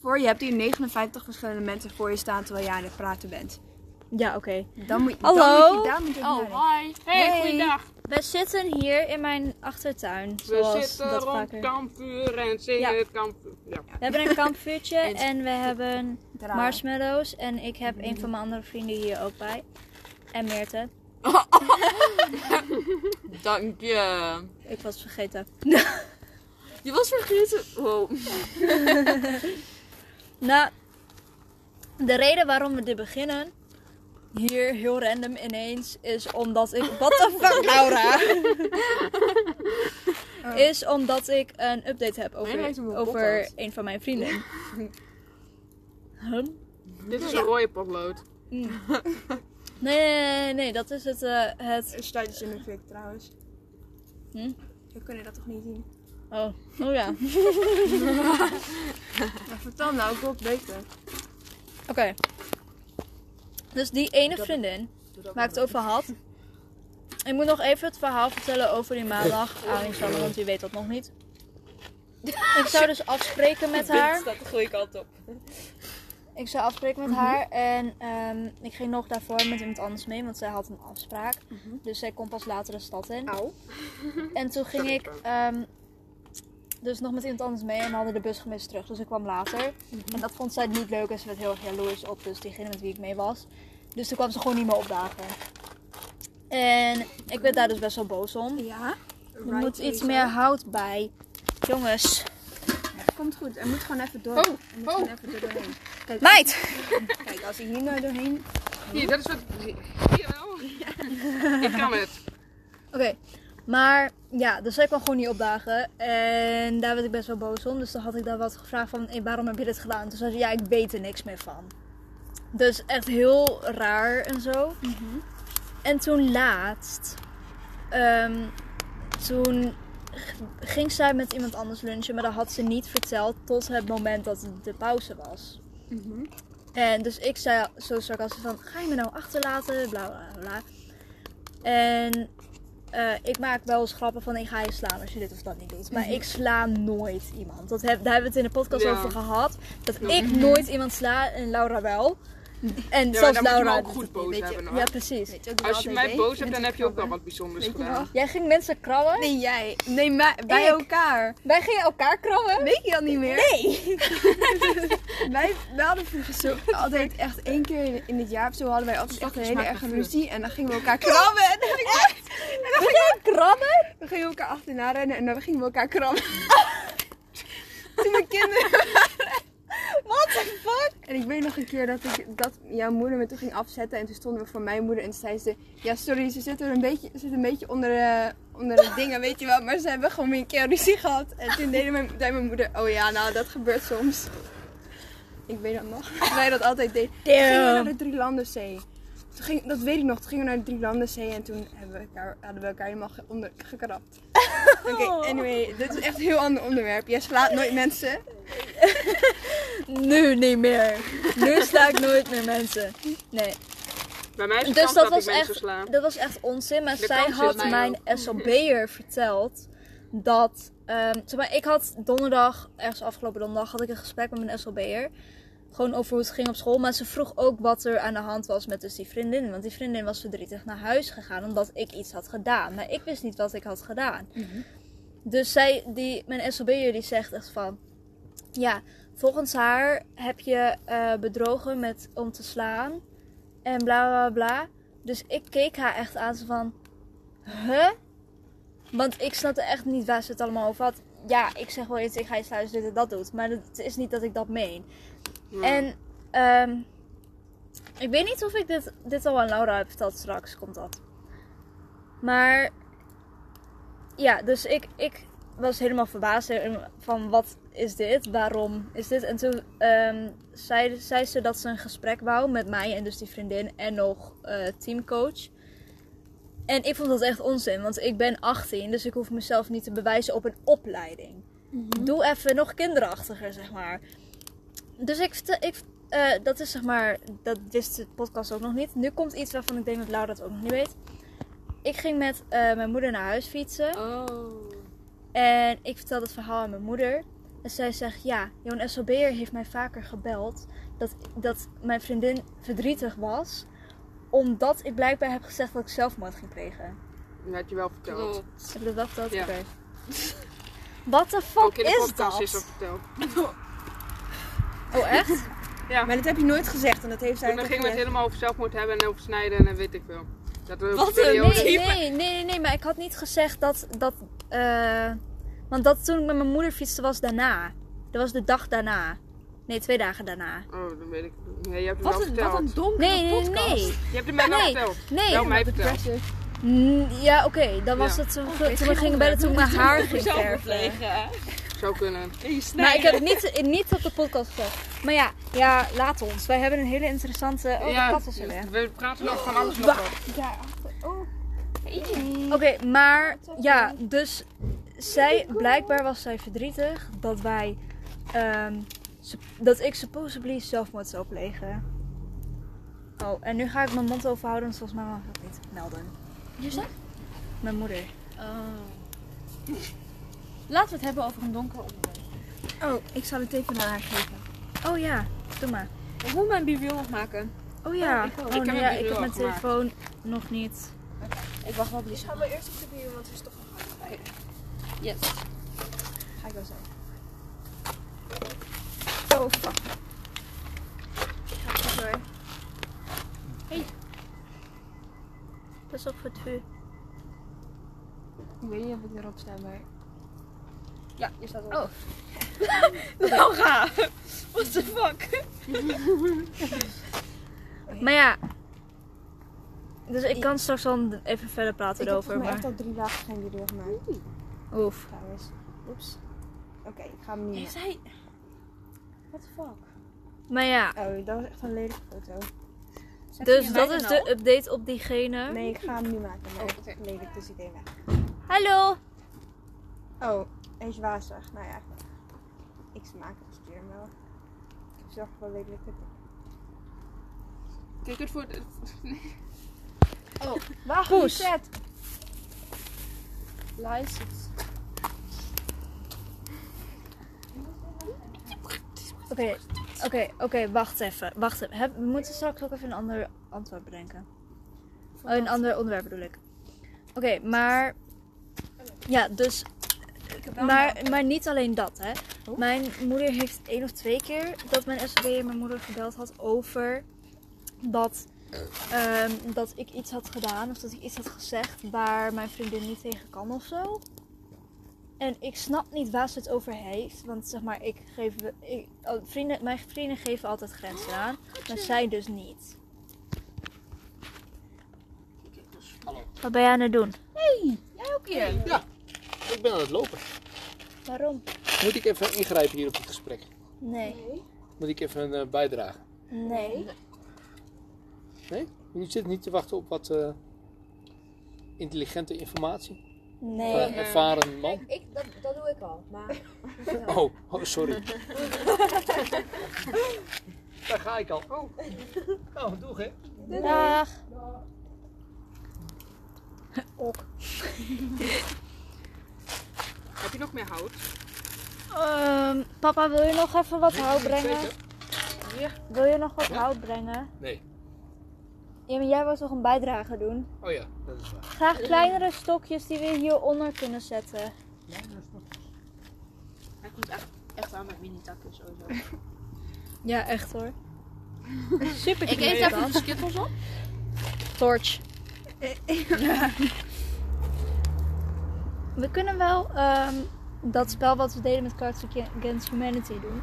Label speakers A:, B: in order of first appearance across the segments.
A: voor, je hebt hier 59 verschillende mensen voor je staan terwijl jij aan het praten bent.
B: Ja, oké.
A: Dan moet, Dan
B: Hallo?
A: moet je, daar moet je over nadenken.
C: Oh, hi. Hey,
B: Hey.
C: goeiedag.
B: We zitten hier in mijn achtertuin.
C: We
B: Zoals
C: zitten
B: dat
C: rond
B: vaker.
C: kampvuur en zingen
B: Ja.
C: het kampvuur. Ja.
B: We hebben een kampvuurtje
A: En-
B: en we hebben
A: Draaien.
B: marshmallows. En ik heb een van mijn andere vrienden hier ook bij. En Meerte.
D: Dank je.
B: Ik was vergeten.
D: Je was vergeten. Wow.
B: Nou, de reden waarom we dit beginnen, hier heel random ineens, is omdat ik... What the fuck, Laura? Is omdat ik een update heb
D: Nee, lijkt
B: over,
D: hem op
B: over
D: potlood.
B: een van mijn vrienden. Huh?
C: Dit is een rode potlood.
B: Nee, nee, nee, nee, dat is het, eh, het...
A: Er staat iets in de fik trouwens.
B: Hm?
A: We kunnen dat toch niet zien?
B: Oh, oh ja. Oké.
A: Maar vertel nou, ik wil het weten.
B: Dus die ene vriendin waar ik het over had. Ik moet nog even het verhaal vertellen over die maandag aan Alexander, want u weet dat nog niet. Ik zou dus afspreken met haar.
D: staat de goede kant op.
B: Ik zou afspreken met haar en ehm, ik ging nog daarvoor met iemand anders mee, want zij had een afspraak. Dus zij kon pas later de stad in.
A: Au.
B: En toen ging ik ehm, dus nog met iemand anders mee en we hadden de bus gemist terug. Dus ik kwam later. En dat vond zij niet leuk en ze werd heel erg jaloers op dus diegene met wie ik mee was. Dus toen kwam ze gewoon niet meer opdagen. En ik werd daar dus best wel boos om.
A: Ja?
B: Er moet iets meer hout bij. Jongens.
A: Komt goed, er moet gewoon even door.
C: Oh,
A: Er moet
C: oh.
A: gewoon even door doorheen.
B: Meid!
A: Kijk, als ik hier nou doorheen...
C: Hier, dat is wat... Hier wel. Ik kan het.
B: Oké, maar ja, dus zij kwam gewoon niet opdagen. En daar werd ik best wel boos om. Dus toen had ik daar wat gevraagd van, "Hey, waarom heb je dit gedaan? Toen zei ze, ja, ik weet er niks meer van. Dus echt heel raar en zo. En toen laatst, ehm, toen g- ging zij met iemand anders lunchen, maar dat had ze niet verteld tot het moment dat het de pauze was. En dus ik zei zo sarcastisch van, ga je me nou achterlaten? Bla bla bla. En eh, ik maak wel eens grappen van ik ga je slaan als je dit of dat niet doet. Maar ik sla nooit iemand. Dat heb, daar hebben we het in de podcast
C: Ja.
B: over gehad. Dat ik nooit iemand sla en Laura wel. En
C: Ja, maar
B: zelfs
C: dan moet je me
B: Laura.
C: ook goed boos
A: weet je-
C: hebben. hoor.
B: Ja, precies.
A: Weet je wat ik
C: Als je
A: altijd
C: mij
A: deed?
C: boos hebt, dan
A: Mensen
C: heb je ook wel
A: krabben.
C: wat bijzonders
A: Weet je
C: gedaan.
A: wel?
B: Jij ging mensen krabben?
A: Nee, jij. Nee, maar bij
B: Ik.
A: elkaar.
B: Wij gingen elkaar krabben?
A: Weet je dat niet meer?
B: Nee!
A: Wij, wij hadden vroeger zo altijd echt één keer in- in het jaar of zo hadden wij altijd echt een hele
C: smaakt naar
A: erge
C: vuur.
A: ruzie. En dan gingen we elkaar krabben. En dan,
B: Wil jij krabben?
A: dan gingen we elkaar achterna rennen en dan gingen we elkaar krabben. Toen we kinderen waren.
B: What the fuck?
A: En ik weet nog een keer dat, ik, dat jouw moeder me toen ging afzetten. En toen stonden we voor mijn moeder en toen zei ze... Ja, sorry, ze zitten er een beetje, ze zit een beetje onder, de- onder de dingen, weet je wel. Maar ze hebben gewoon weer een keer ruzie gehad. En toen deden mijn, zei mijn moeder... Oh ja, nou, dat gebeurt soms. Ik weet dat nog. Dat Wij dat altijd deden. Toen gingen we naar de Drielandenzee. Toen ging, dat weet ik nog. Toen gingen we naar de Drielandenzee en toen hebben we elkaar, hadden we elkaar helemaal ge- onder, gekrapt. Oké, anyway. Dit is echt een heel ander onderwerp. Jij slaat nooit mensen.
B: Nu niet meer. Nu sla ik nooit meer mensen. Nee.
C: Bij mij is het
B: Dus
C: kans
B: dat
C: dat,
B: was,
C: ik mensen
B: echt,
C: sla.
B: dat was echt onzin. Maar
C: De
B: zij
C: kans
B: had
C: zit mij
B: mijn SLB'er verteld dat... ehm, zeg maar, ik had donderdag, ergens afgelopen donderdag, had ik een gesprek met mijn SLB'er. Gewoon over hoe het ging op school. Maar ze vroeg ook wat er aan de hand was met dus die vriendin. Want die vriendin was verdrietig naar huis gegaan omdat ik iets had gedaan. Maar ik wist niet wat ik had gedaan.
C: Mhm.
B: Dus zij, die, mijn SLB'er die zegt echt van... Ja, volgens haar heb je eh, bedrogen met, om te slaan. En bla bla bla. Dus ik keek haar echt aan, zo van... Huh? Want ik snapte echt niet waar ze het allemaal over had. Ja, ik zeg wel eens, ik ga je thuis dit en dat doet. Maar het is niet dat ik dat meen.
C: Ja.
B: En ehm, ik weet niet of ik dit, dit al aan Laura heb verteld. Straks komt dat. Maar ja, dus ik, ik was helemaal verbaasd in- van wat is dit? Waarom is dit? En toen ehm, zei, zei ze dat ze een gesprek wou met mij en dus die vriendin en nog eh, teamcoach. En ik vond dat echt onzin, want ik ben 18, dus ik hoef mezelf niet te bewijzen op een opleiding. Doe even nog kinderachtiger, zeg maar. Dus ik, vertel- ik eh, dat is zeg maar, dat wist de podcast ook nog niet. Nu komt iets waarvan ik denk dat Laura dat ook nog niet weet. Ik ging met eh, mijn moeder naar huis fietsen.
D: Oh.
B: En ik vertelde het verhaal aan mijn moeder. En zij zegt, ja, jouw SLB'er heeft mij vaker gebeld dat, dat mijn vriendin verdrietig was. Omdat ik blijkbaar heb gezegd dat ik zelfmoord ging plegen.
C: Dat had je wel verteld.
E: Klopt.
B: Ze hebben dat wel
C: Ja.
B: verteld. What the fuck
C: Ook in de
B: is
C: podcast
B: dat?
C: is dat verteld.
B: Oh, echt?
F: Maar dat heb je nooit gezegd en dat heeft zij
C: Toen dan gingen
F: tegen
C: we het
F: je-
C: helemaal over zelfmoord hebben en over snijden en weet ik veel. Dat we
E: Wat een
C: periode-
B: Nee, nee, nee, nee, nee, maar ik had niet gezegd dat. dat eh, want dat toen ik met mijn moeder fietste was daarna. Dat was de dag daarna. Nee, twee dagen daarna.
C: Oh, dat weet ik. Nee, je hebt het wel
F: Wat een,
C: verteld.
F: wat een donkere
B: Nee, nee,
F: podcast.
B: nee.
C: Je hebt het mij wel
B: Nee.
C: verteld.
B: Nee.
C: Wel mij verteld.
F: Depressive.
B: Mm, Ja, oké, dan was
C: Ja.
B: het toen,
F: geen
B: toen we gingen bellen toen ik mijn haar ging verven.
E: plegen.
C: Zou
B: Oh,
C: kunnen.
B: Maar ik heb het niet, eh, niet op de podcast gezegd. Maar ja, ja, laat ons. Wij hebben een hele interessante... Oh,
C: ja,
B: de kat is er weg.
C: we praten nog van alles nog. wel.
B: Oké, maar ja, dus zij, blijkbaar was zij verdrietig dat wij, ehm, sup- dat ik supposedly zelfmoord zou plegen. Oh, en nu ga ik mijn mond overhouden, want volgens mij mag ik dat niet melden.
A: Je zegt?
B: Mijn moeder.
A: Oh. Laten we het hebben over een donker onderwerp.
B: Oh, ik zal het even naar haar geven. Oh ja, doe maar.
A: Ik moet mijn bibiel nog maken.
B: Oh ja,
A: ik ook.
B: oh,
A: Ik heb
B: nee,
C: hem
B: ja,
C: nu
B: ik heb
C: al
B: mijn
C: gemaakt.
B: telefoon nog niet.
A: Ik wacht wel blies.
F: Gaan we eerst op de bier, want we is toch
A: Yes.
F: Ga ik wel zijn.
B: Oh fuck. Pas op voor het vuur.
F: Ik weet niet of ik erop sta, maar...
A: Ja, je staat op.
B: Oh.
A: nou ga! What the fuck?
B: Maar ja. Dus ik kan straks dan even verder praten erover.
F: Ik heb volgens mij
B: Maar...
F: echt al drie dagen geen bier gemaakt,
B: Oef.
F: trouwens. Oeps. Oké, ik ga hem niet
A: Zij...
F: What the fuck?
B: Maar ja,
F: Oh, dat was echt een lelijke foto.
B: dus dat is de update op diegene.
F: Nee, ik ga hem niet maken, maar
A: Oh,
F: oh,
A: oké.
F: lelijk, dus ik deed weg.
B: Hallo!
F: Oh, hij is wazig. Nou ja, ik smaak het, ik stuur hem wel. Ik heb zelf wel lelijk.
C: Kijk het voor de...
F: Wacht,
B: Poes.
F: reset.
A: License.
B: Oké, oké, oké, wacht even. Wacht even. Heb- we moeten straks ook even een ander antwoord bedenken. Oh, een ander onderwerp bedoel ik. Oké, maar. Ja, dus. Maar, maar niet alleen dat, hè. Mijn moeder heeft één of twee keer dat mijn SOB mijn moeder gebeld had over dat, ehm, dat ik iets had gedaan of dat ik iets had gezegd waar mijn vriendin niet tegen kan of zo. En ik snap niet waar ze het over heeft. Want zeg maar, ik geef, ik, oh, vrienden, mijn vrienden geven altijd grenzen aan. Maar zij dus niet. Wat ben jij aan het doen?
G: Ja, ik ben aan het lopen.
B: Waarom?
G: Moet ik even ingrijpen hier op dit gesprek?
B: Nee.
G: Moet ik even een eh, bijdrage?
B: Nee.
G: Nee? Jullie zitten niet te wachten op wat eh, intelligente informatie? Van
B: Nee.
G: een ervaren man?
A: Ik, dat, dat doe ik al, maar...
G: Oh, oh, sorry. Daar ga ik al. Oh. Nou, doeg hè.
B: Dag. Ook.
C: Heb je nog meer hout?
B: Ehm, papa, wil je nog even wat hout brengen?
G: Zeker?
B: Wil je nog wat
G: Ja.
B: hout brengen?
G: Nee.
B: Ja, maar jij wou toch een bijdrage doen?
G: Oh ja, dat is waar.
B: Graag kleinere stokjes die we hieronder kunnen zetten.
A: Hij komt echt, echt aan met mini-takken sowieso.
B: Ja, echt hoor. Super
A: Ik eet even de skittles op.
B: Torch. We kunnen wel ehm, dat spel wat we deden met Cards Against Humanity doen.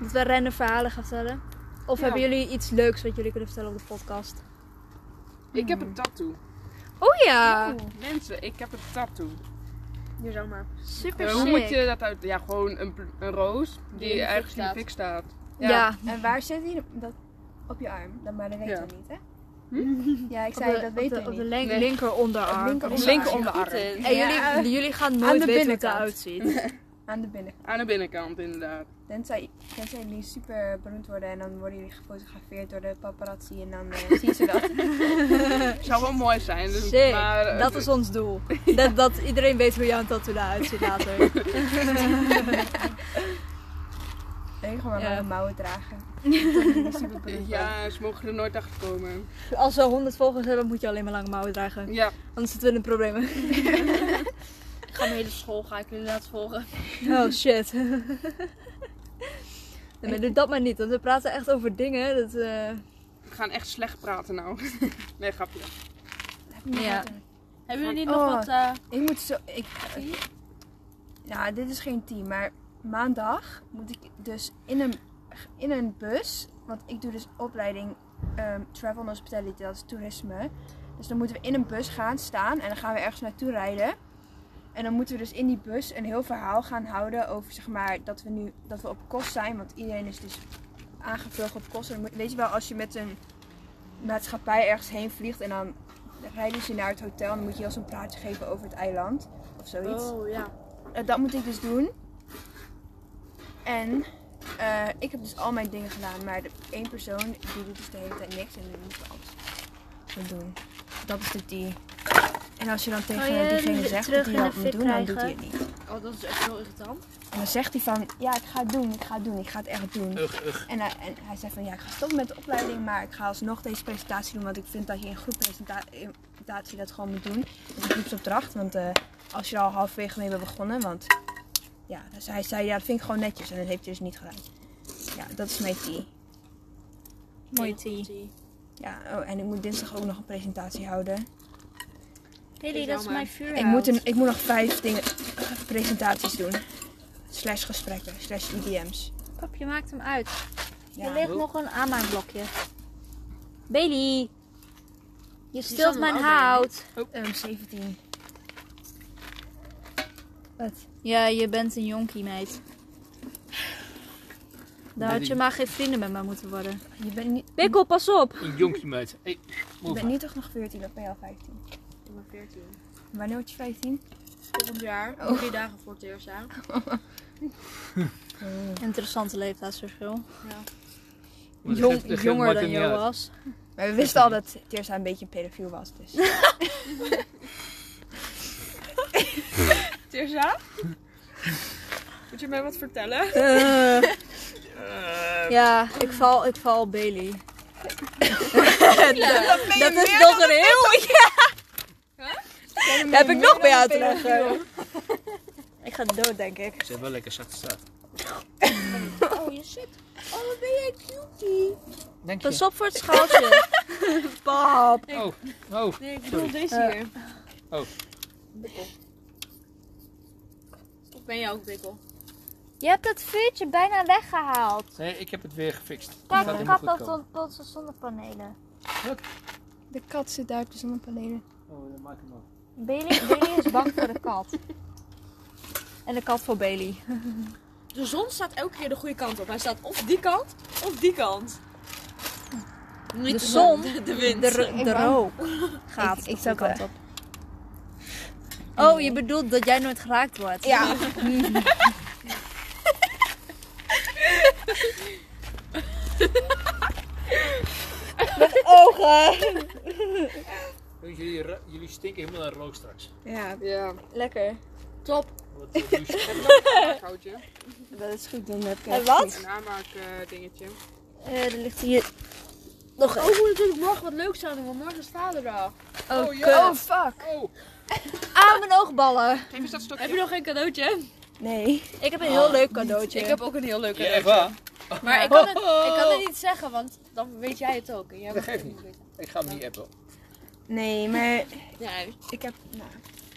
B: Dat we random verhalen gaan vertellen. Of
C: Ja.
B: hebben jullie iets leuks wat jullie kunnen vertellen op de podcast?
C: Ik heb een tattoo.
B: Oh ja!
C: Mensen, ik heb een tattoo.
A: Hier zo maar.
B: Super
C: Eh,
B: sick.
C: hoe moet je dat uit? Ja, gewoon een, pl- een roos die,
A: in de fik
C: ergens in de
A: staat.
C: fik staat.
B: Ja.
F: En waar zit hij dat op je arm? Dat, maar dat weten
C: Ja.
F: we niet, hè? Ja, ik zei,
B: Hm? op de,
F: dat weten
B: op de,
F: we
B: op de
F: niet.
B: link-
C: Nee.
B: linker onderarm.
F: linker
C: Linker
F: Linker
C: onder
E: Goed
C: arm.
A: eh,
E: in.
B: En
F: Ja.
B: jullie, jullie gaan nooit
F: de
B: weten hoe het
F: binnenkant.
B: eruit ziet.
F: Aan de binnenkant.
C: Aan de binnenkant, inderdaad.
F: Tenzij, tenzij jullie super beroemd worden en dan worden jullie gefotografeerd door de paparazzi en dan eh, zien ze dat.
C: Zou wel mooi zijn. Dus,
B: Sick.
C: maar, eh,
B: dat is ons doel. Dat, dat iedereen weet hoe jouw tattoo eruit ziet later.
F: enige waar we
B: Ja.
F: de mouwen dragen. Dat is super beroerd.
C: Ja, ze mogen er nooit achter komen.
B: Als we 100 volgers hebben, moet je alleen maar lange mouwen dragen.
C: Ja,
B: Anders zitten we in de problemen.
A: Ik ga mijn hele school ga ik jullie laten volgen.
B: Oh shit. Nee, maar doe dat maar niet, want we praten echt over dingen. Dat, eh,
C: we gaan echt slecht praten nou. Nee, grapje.
B: ja.
A: Hebben jullie
F: Oh.
A: nog wat... eh,
F: Ik moet zo. Ik, nou, dit is geen team, maar maandag moet ik dus in een, in een bus. Want ik doe dus opleiding ehm, Travel and Hospitality, dat is toerisme. Dus dan moeten we in een bus gaan staan en dan gaan we ergens naartoe rijden. En dan moeten we dus in die bus een heel verhaal gaan houden over zeg maar dat we nu dat we op kost zijn. Want iedereen is dus aangevlogen op kost. En dan moet- Weet je wel, als je met een maatschappij ergens heen vliegt en dan rijden ze naar het hotel. En dan moet je heel zo'n praatje geven over het eiland of zoiets.
A: Oh ja.
F: Eh, dat moet ik dus doen. En eh, ik heb dus al mijn dingen gedaan, maar de één persoon die doet dus de hele tijd niks en die moet alles gaan doen. Dat is de die. En als je dan tegen
A: Kan je
F: diegene
A: hem
F: zegt
A: terug
F: dat hij
A: in de
F: dat moet
A: fik
F: doen, dan doet hij het
A: krijgen?
F: niet.
A: Oh, dat is echt heel irritant.
F: En dan zegt hij van, ja, ik ga het doen, ik ga het doen, ik ga het echt doen. En, hij, en hij zegt van, ja, ik ga stoppen met de opleiding, maar ik ga alsnog deze presentatie doen, want ik vind dat je in groeppresentatie eh, dat gewoon moet doen. Dat is een groepsopdracht, want eh, als je er al halverwege mee bent begonnen, want ja, dus hij zei, ja, dat vind ik gewoon netjes en dat heeft hij dus niet gedaan. Ja, dat is mijn tea.
B: Mooie tea.
F: Ja, oh, en ik moet dinsdag ook nog een presentatie houden.
A: Jullie, dat is mijn vuur.
F: Ik moet, een, ik moet nog vijf dingen, presentaties doen. Slash gesprekken, slash IDM's.
B: Pap, je maakt hem uit.
F: Ja.
B: Er ligt nog een aanmaakblokje. Bailey!
A: zal
B: Je stilt
A: hem
B: mijn
A: wel
B: hout.
F: Ehm, 17.
B: Ja, je bent een jonkie, meid. Dan had je
G: Bailey.
B: maar geen vrienden met mij moeten worden.
F: Je bent niet,
B: Bikkel, pas op!
G: Een jonkje meid. Hey,
F: je
G: move.
F: bent niet toch nog 14, of ben je al 15?
A: Ik ben 14.
F: Wanneer word je 15?
A: Volgend jaar.
F: Oh.
A: Drie dagen voor het eerst, ja.
B: Interessante leeftijdsverschil.
G: Maar dat
B: Jong-
G: geeft- dat geeft
B: jonger
G: Martin
B: dan
G: niet
B: Jo
G: uit.
B: was.
F: Maar we wisten al dat Tirza een beetje pedofiel was, dus...
C: Tirza? Moet je mij wat vertellen?
B: Eh.
A: Eh.
B: Ja, ik val, ik val Bailey. dat is nog een heel... Ja. Heb ik nog bij jou te leggen. Ik ga dood, denk ik.
G: Ze hebben wel lekker zacht staat.
A: Oh, je shit. Oh, wat ben jij cutie.
G: Dank
B: Pas
G: je.
B: op voor het schaaltje. Pap.
G: Oh, oh.
A: Nee, ik bedoel deze hier.
G: Oh.
A: Bikkel. Of ben jij ook bikkel?
B: Je hebt dat vuurtje bijna weggehaald.
G: Nee, ik heb het weer gefixt. Het
B: Kijk,
G: gaat
B: de
G: helemaal
B: kat
G: goed
B: loopt
G: komen.
B: op onze zonnepanelen.
F: De kat zit daar op de zonnepanelen.
G: Oh, dan maak ik hem op.
B: Bailey, Bailey is bang voor de kat. En de kat voor Bailey.
E: De zon staat elke keer de goede kant op. Hij staat of die kant, of die kant. Niet
B: De zon,
E: De, de wind.
B: De, ro-
F: Ik
B: de
F: ben-
B: rook gaat
F: Ik-
B: de
F: ik zat
B: goede kant
F: er.
B: op. Oh, je bedoelt dat jij nooit geraakt wordt?
F: Ja.
B: Ogen!
G: Jullie, ru- jullie stinken helemaal naar rook straks.
F: Ja,
C: Ja,
B: Lekker.
G: Wat eh, jullie
C: heb je nog een aanmaakhoutje?
F: dat is goed, dan heb ik...
B: En wat?
C: Een aanmaakdingetje.
B: Eh, er ligt hier nog
A: Oh,
B: een.
A: we moeten natuurlijk morgen wat leuks aan doen, want morgen is vaderdag.
B: Oh,
C: oh, ja.
B: kut.
F: Oh, fuck!
C: Oh,
B: Aan Ah, mijn oogballen.
C: geef eens dat stokje.
A: Heb je nog geen cadeautje?
F: Nee.
B: Ik heb een heel leuk cadeautje.
E: Ik heb ook een heel leuke.
G: Ja, echt waar.
A: Maar ik kan, het, ik kan het niet zeggen, want dan weet jij het ook. En jij
G: Dat
A: moet het
G: geeft
A: ook weten.
G: Ik ga hem niet appen.
F: Nee, maar
E: Nee.
F: ik heb... Nou.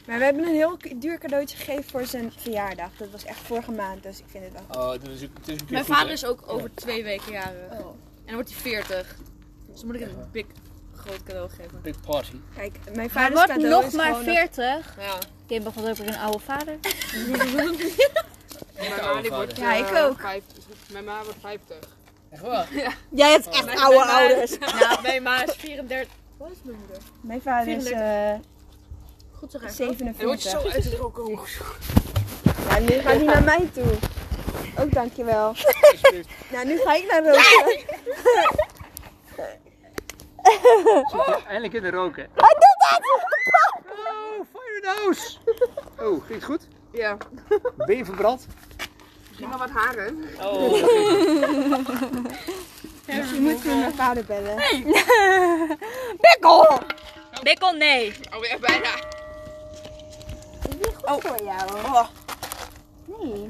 F: Maar we hebben een heel k- duur cadeautje gegeven voor zijn verjaardag. Dat was echt vorige maand, dus ik vind het wel...
G: Oh, dat is, het is een keer
A: Mijn
G: goed,
A: vader
G: hè?
A: is ook over twee weken jarig.
F: Oh.
A: En dan wordt hij 40. Dus dan moet ik hem een big groot cadeau geven.
G: Big party.
F: Kijk, mijn
B: Hij
F: vader
B: wordt
F: cadeau
B: nog
F: is
B: maar
F: gewoon
B: 40.
A: Ja.
B: Ik ben ook een oude vader.
C: Mijn
G: oude
C: ma die
G: vader.
C: wordt,
F: Ja,
C: eh,
F: ik ook.
C: 50. Mijn ma wordt 50.
G: Echt waar?
B: Jij hebt echt oude ouders.
A: Nou, mijn ma is 34. Wat is mijn moeder?
F: nog- Mijn vader is eh
A: Goed zo graag.
F: 47.
C: En word je zo uit het rook komen.
F: Ja, nu gaat hij naar mij toe. Ook dankjewel.
G: Alsjeblieft.
F: Nou, nu ga ik naar roken.
G: Zit je eindelijk in de roken. Oh, fire nose! Oh, ging het goed?
C: Ja,
G: Ben je verbrand?
F: misschien wel wat haren.
C: Oh.
F: Misschien moeten we mijn vader bellen.
B: Bikkel! Bikkel, nee.
C: Oh, ja, bijna. Oh.
A: Is niet goed voor jou? Nee.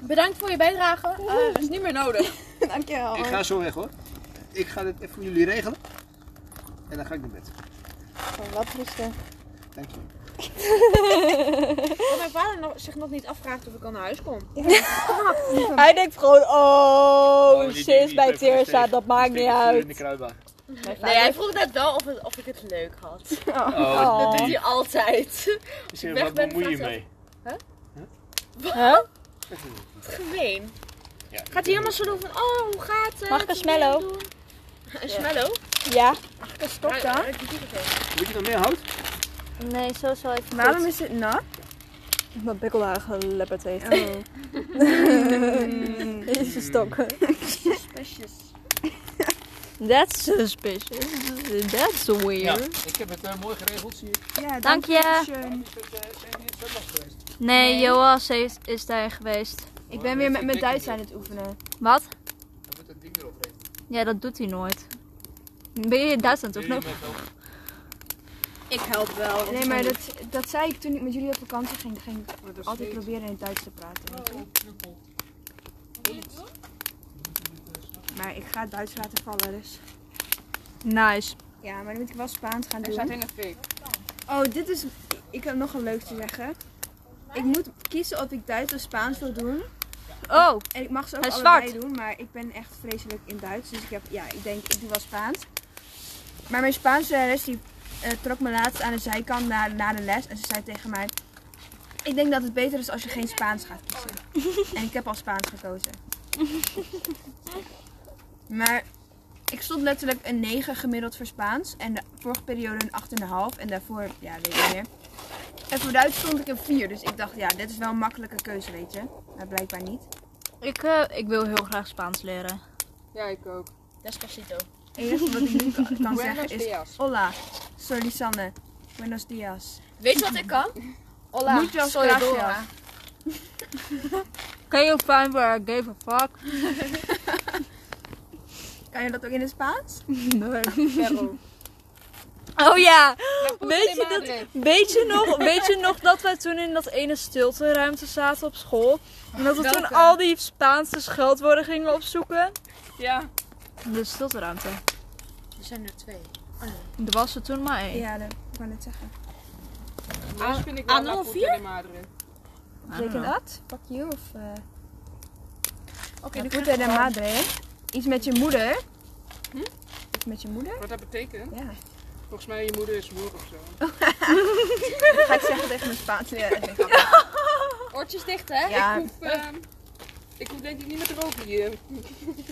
E: Bedankt voor je bijdrage. Eh, is niet meer nodig.
F: Dankjewel.
G: Ik ga zo weg hoor. Ik ga dit even voor jullie regelen. En dan ga ik naar bed.
F: Wat rusten.
G: Dank je.
E: Dat mijn vader nog- zich nog niet afvraagt of ik al naar huis kom.
B: Hij denkt gewoon, oh,
G: Oh, die
B: sis
G: ding die
B: bij
G: bij
B: Teersa,
G: PlayStation.
B: dat maakt niet uit.
G: In de kruidbaan.
E: Nee, hij vroeg net wel of, het- of ik het leuk had.
B: Oh.
G: Oh,
E: Die altijd.
G: Misschien
E: Weg
G: wat
E: bent,
G: bemoei je
E: gaat
G: mee.
B: Huh?
E: Gemeen.
G: Ja, ik
E: Gaat hij helemaal zo doen van, oh, hoe gaat het?
B: Mag ik een smello?
E: Een smello?
B: Ja?
F: Stop dan.
G: Moet je nog meer hout?
A: Nee, zo zal ik.
F: Waarom is het nat?
B: Omdat Bikkel haar gelepperd heeft.
F: Oh.
B: Dit is gestoken. That's suspicious. That's weird.
G: ik heb het eh, mooi geregeld, zie ik. eh,
F: Ja,
B: Dank je.
F: dankjewel.
B: Nee, Joas heeft, is daar geweest.
F: Ik ben weer met mijn Duits aan het oefenen.
B: Wat?
G: Dan moet dat ding erop rekenen.
B: Ja, dat doet hij nooit. Ben je in Duitsland of nog?
G: oh,
E: Ik help wel.
F: Nee, maar dat, dat zei ik toen ik met jullie op vakantie ging. ging ik altijd proberen in het Duits te praten. weet je. Maar ik ga het Duits laten vallen, dus.
B: Nice.
F: Ja, maar dan moet ik wel Spaans gaan
C: Hij staat
F: doen.
C: in het fik.
F: Oh, dit is... Ik heb nog een leuk te zeggen. Ik moet kiezen of ik Duits of Spaans wil doen.
B: Oh,
F: En ik mag ze ook
B: Hij is
F: allebei
B: zwart.
F: doen, maar ik ben echt vreselijk in Duits. Dus ik heb, ja, ik denk, ik doe wel Spaans. Maar mijn Spaanse les die eh, trok me laatst aan de zijkant na, na de les. En ze zei tegen mij, ik denk dat het beter is als je geen Spaans gaat kiezen. en ik heb al Spaans gekozen. maar ik stond letterlijk een 9 gemiddeld voor Spaans. En de vorige periode een 8,5. En daarvoor, ja, weet ik niet meer. En voor Duits stond ik een 4. Dus ik dacht, ja, dit is wel een makkelijke keuze, weet je. Maar blijkbaar niet.
B: ik, eh, ik wil heel graag Spaans leren.
C: Ja, ik ook.
E: Despacito.
F: enige wat ik nu kan, kan zeggen
C: Buenos
F: is...
C: dias.
F: Hola, soy Lisanne. Buenos dias.
E: Weet je wat ik kan?
F: Hola, Muchas
E: soy
F: gracias.
E: Dora.
B: Can you find where I gave a fuck?
F: Kan je dat ook in het Spaans?
B: Oh ja, weet
C: Weet
B: je, dat, weet, je nog, weet je nog dat wij toen in dat ene stilteruimte zaten op school? En dat we toen
C: Welke?
B: al die Spaanse scheldwoorden gingen opzoeken?
C: Ja.
B: De stilteruimte.
E: Er zijn er twee.
B: Er was er toen maar één.
F: Ja, dat ik wou net zeggen.
C: Anders vind ik wel
E: aan
C: La
E: alle
C: Puta
E: vier?
C: de Madre.
F: Betekent dat? Pak je of... eh
E: Oké,
F: La
E: nu
F: puta de madre. hè? Iets met je moeder. Iets met je moeder?
C: Wat dat betekent?
F: Ja.
C: Volgens mij je moeder is moer of zo.
F: Dat ga ik zeggen tegen mijn Spaanse leraar.
E: Oortjes dicht, hè?
F: Ja,
C: Ik hoef, ehm, ik hoef denk ik niet meer te roken hier.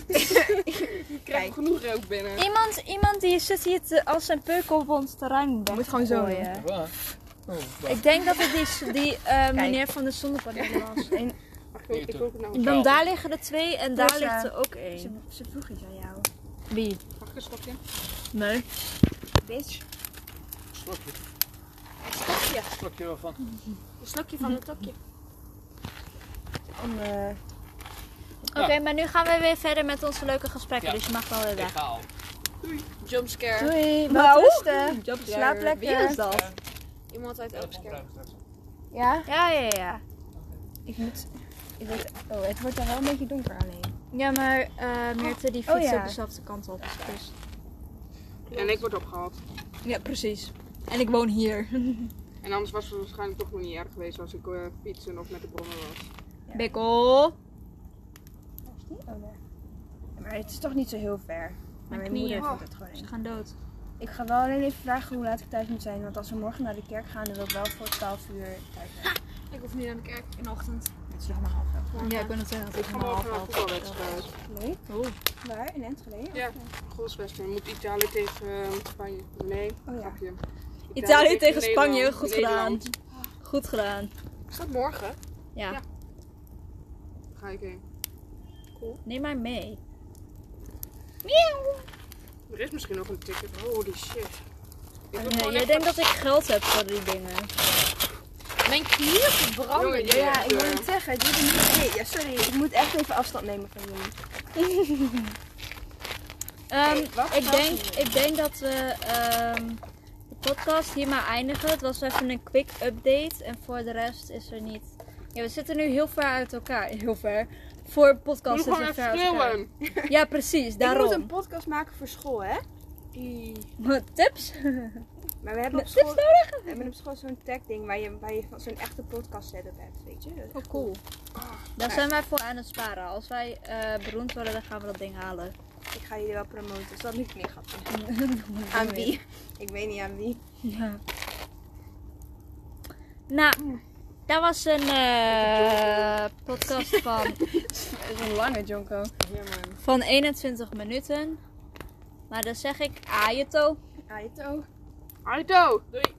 C: ik krijg
F: Kijk.
C: genoeg rook binnen.
B: Iemand, iemand die zit hier te- als zijn peuk op ons terrein weg
F: Moet gewoon zo,
B: gooien.
F: hè?
B: Ik denk dat het die, die eh, meneer van de zonnepanelen was.
C: Ik hoop- Ik hoop het nou.
B: Dan daar liggen er twee en daar
F: Rosa.
B: ligt er ook
F: ze,
B: één.
F: ze vroeg iets aan jou.
B: Wie?
C: Mag ik een slokje?
B: Nee.
F: Bitch.
G: Slokje. Slokje ervan.
E: Een slokje van het tokje.
F: Om, eh,
B: Oké, maar nu gaan we weer verder met onze leuke gesprekken,
G: Ja.
B: dus je mag wel weer weg.
G: ga al.
E: Jumpscare.
F: Doei, wel
B: Nou.
F: rusten. Slaap
B: Slaap
F: lekker.
B: Wie is dat?
E: Iemand uit Elfscare.
F: Ja?
B: Ja, ja, ja.
F: Ik moet... Ik word, oh, het wordt al wel een beetje donker alleen.
B: Ja, maar eh Meerte die fietst
F: Oh, ja.
B: op dezelfde kant op. Dus.
C: En ik word opgehaald.
B: Ja, precies. En ik woon hier.
C: En anders was het waarschijnlijk toch nog niet erg geweest als ik eh, fietsen of met de bronnen was.
B: Bikkel.
F: Oh, Maar het is toch niet zo heel ver. Maar mijn moeder
B: knieën.
F: vindt het gewoon eng.
B: Ze gaan dood.
F: Ik ga wel alleen even vragen hoe laat ik thuis moet zijn. Want als we morgen naar de kerk gaan, dan wil ik wel voor 12 uur thuis zijn.
E: Ik hoef niet naar de kerk in de ochtend.
F: Het is nog maar half elf.
B: Ja, ik ben het zeggen.
C: Ik ga morgen naar een voetbalwedstrijd.
F: Leuk.
B: Oeh.
F: Waar? In Enschede?
C: Ja, goalswedstrijd. Moet Italië tegen eh, Spanje. Nee,
F: Oh ja.
C: grapje.
B: Italië tegen Spanje,
C: Nederland.
B: goed gedaan.
C: Nederland.
B: Goed gedaan.
C: Is dat morgen?
B: Ja.
C: Ja. Ga ik heen.
B: Neem mij mee.
C: Er is misschien nog een ticket. Holy shit. Ik wil
B: Oh Nee,
C: gewoon
B: jij
C: echt-
B: denkt dat ik geld heb voor die dingen.
E: Mijn knieën verbranden.
C: Jongen, jij
F: Oh, Ja,
C: hebt,
F: ik wil
C: eh,
F: het zeggen. Dit is niet... Hey, ja, sorry. Ik moet echt even afstand nemen van jullie.
B: Ehm,
C: wacht,
B: ik,
C: wacht.
B: denk, ik denk dat we ehm, de podcast hier maar eindigen. Het was even een quick update. En voor de rest is er niet. Ja, we zitten nu heel ver uit elkaar. Heel ver. Voor een
C: Moet
B: podcast
C: ik
B: is
C: gewoon
B: het ver
C: even
B: uit elkaar.
C: schreeuwen.
B: Ja, precies.
F: Ik moet een
B: Daarom.
F: podcast maken voor school, hè?
B: Wat Tips?
F: Maar we hebben op
B: Tips
F: school, we hebben op school zo'n tag ding waar je, waar je van zo'n echte podcast setup hebt, weet je? Dat is
B: Oh,
F: echt
B: cool. Daar
F: nice.
B: zijn wij voor aan het sparen. Als wij eh, beroemd worden, dan gaan we dat ding halen.
F: Ik ga jullie wel promoten, zodat ik meer grapje. aan wie? Ik weet niet aan wie.
B: Ja. Nou, dat was een eh, podcast van
F: Dat is een lange Jonko.
C: Ja, man.
B: van 21 minuten. Maar dan zeg ik Ajeto.
F: Aito.
C: Aido! Doei!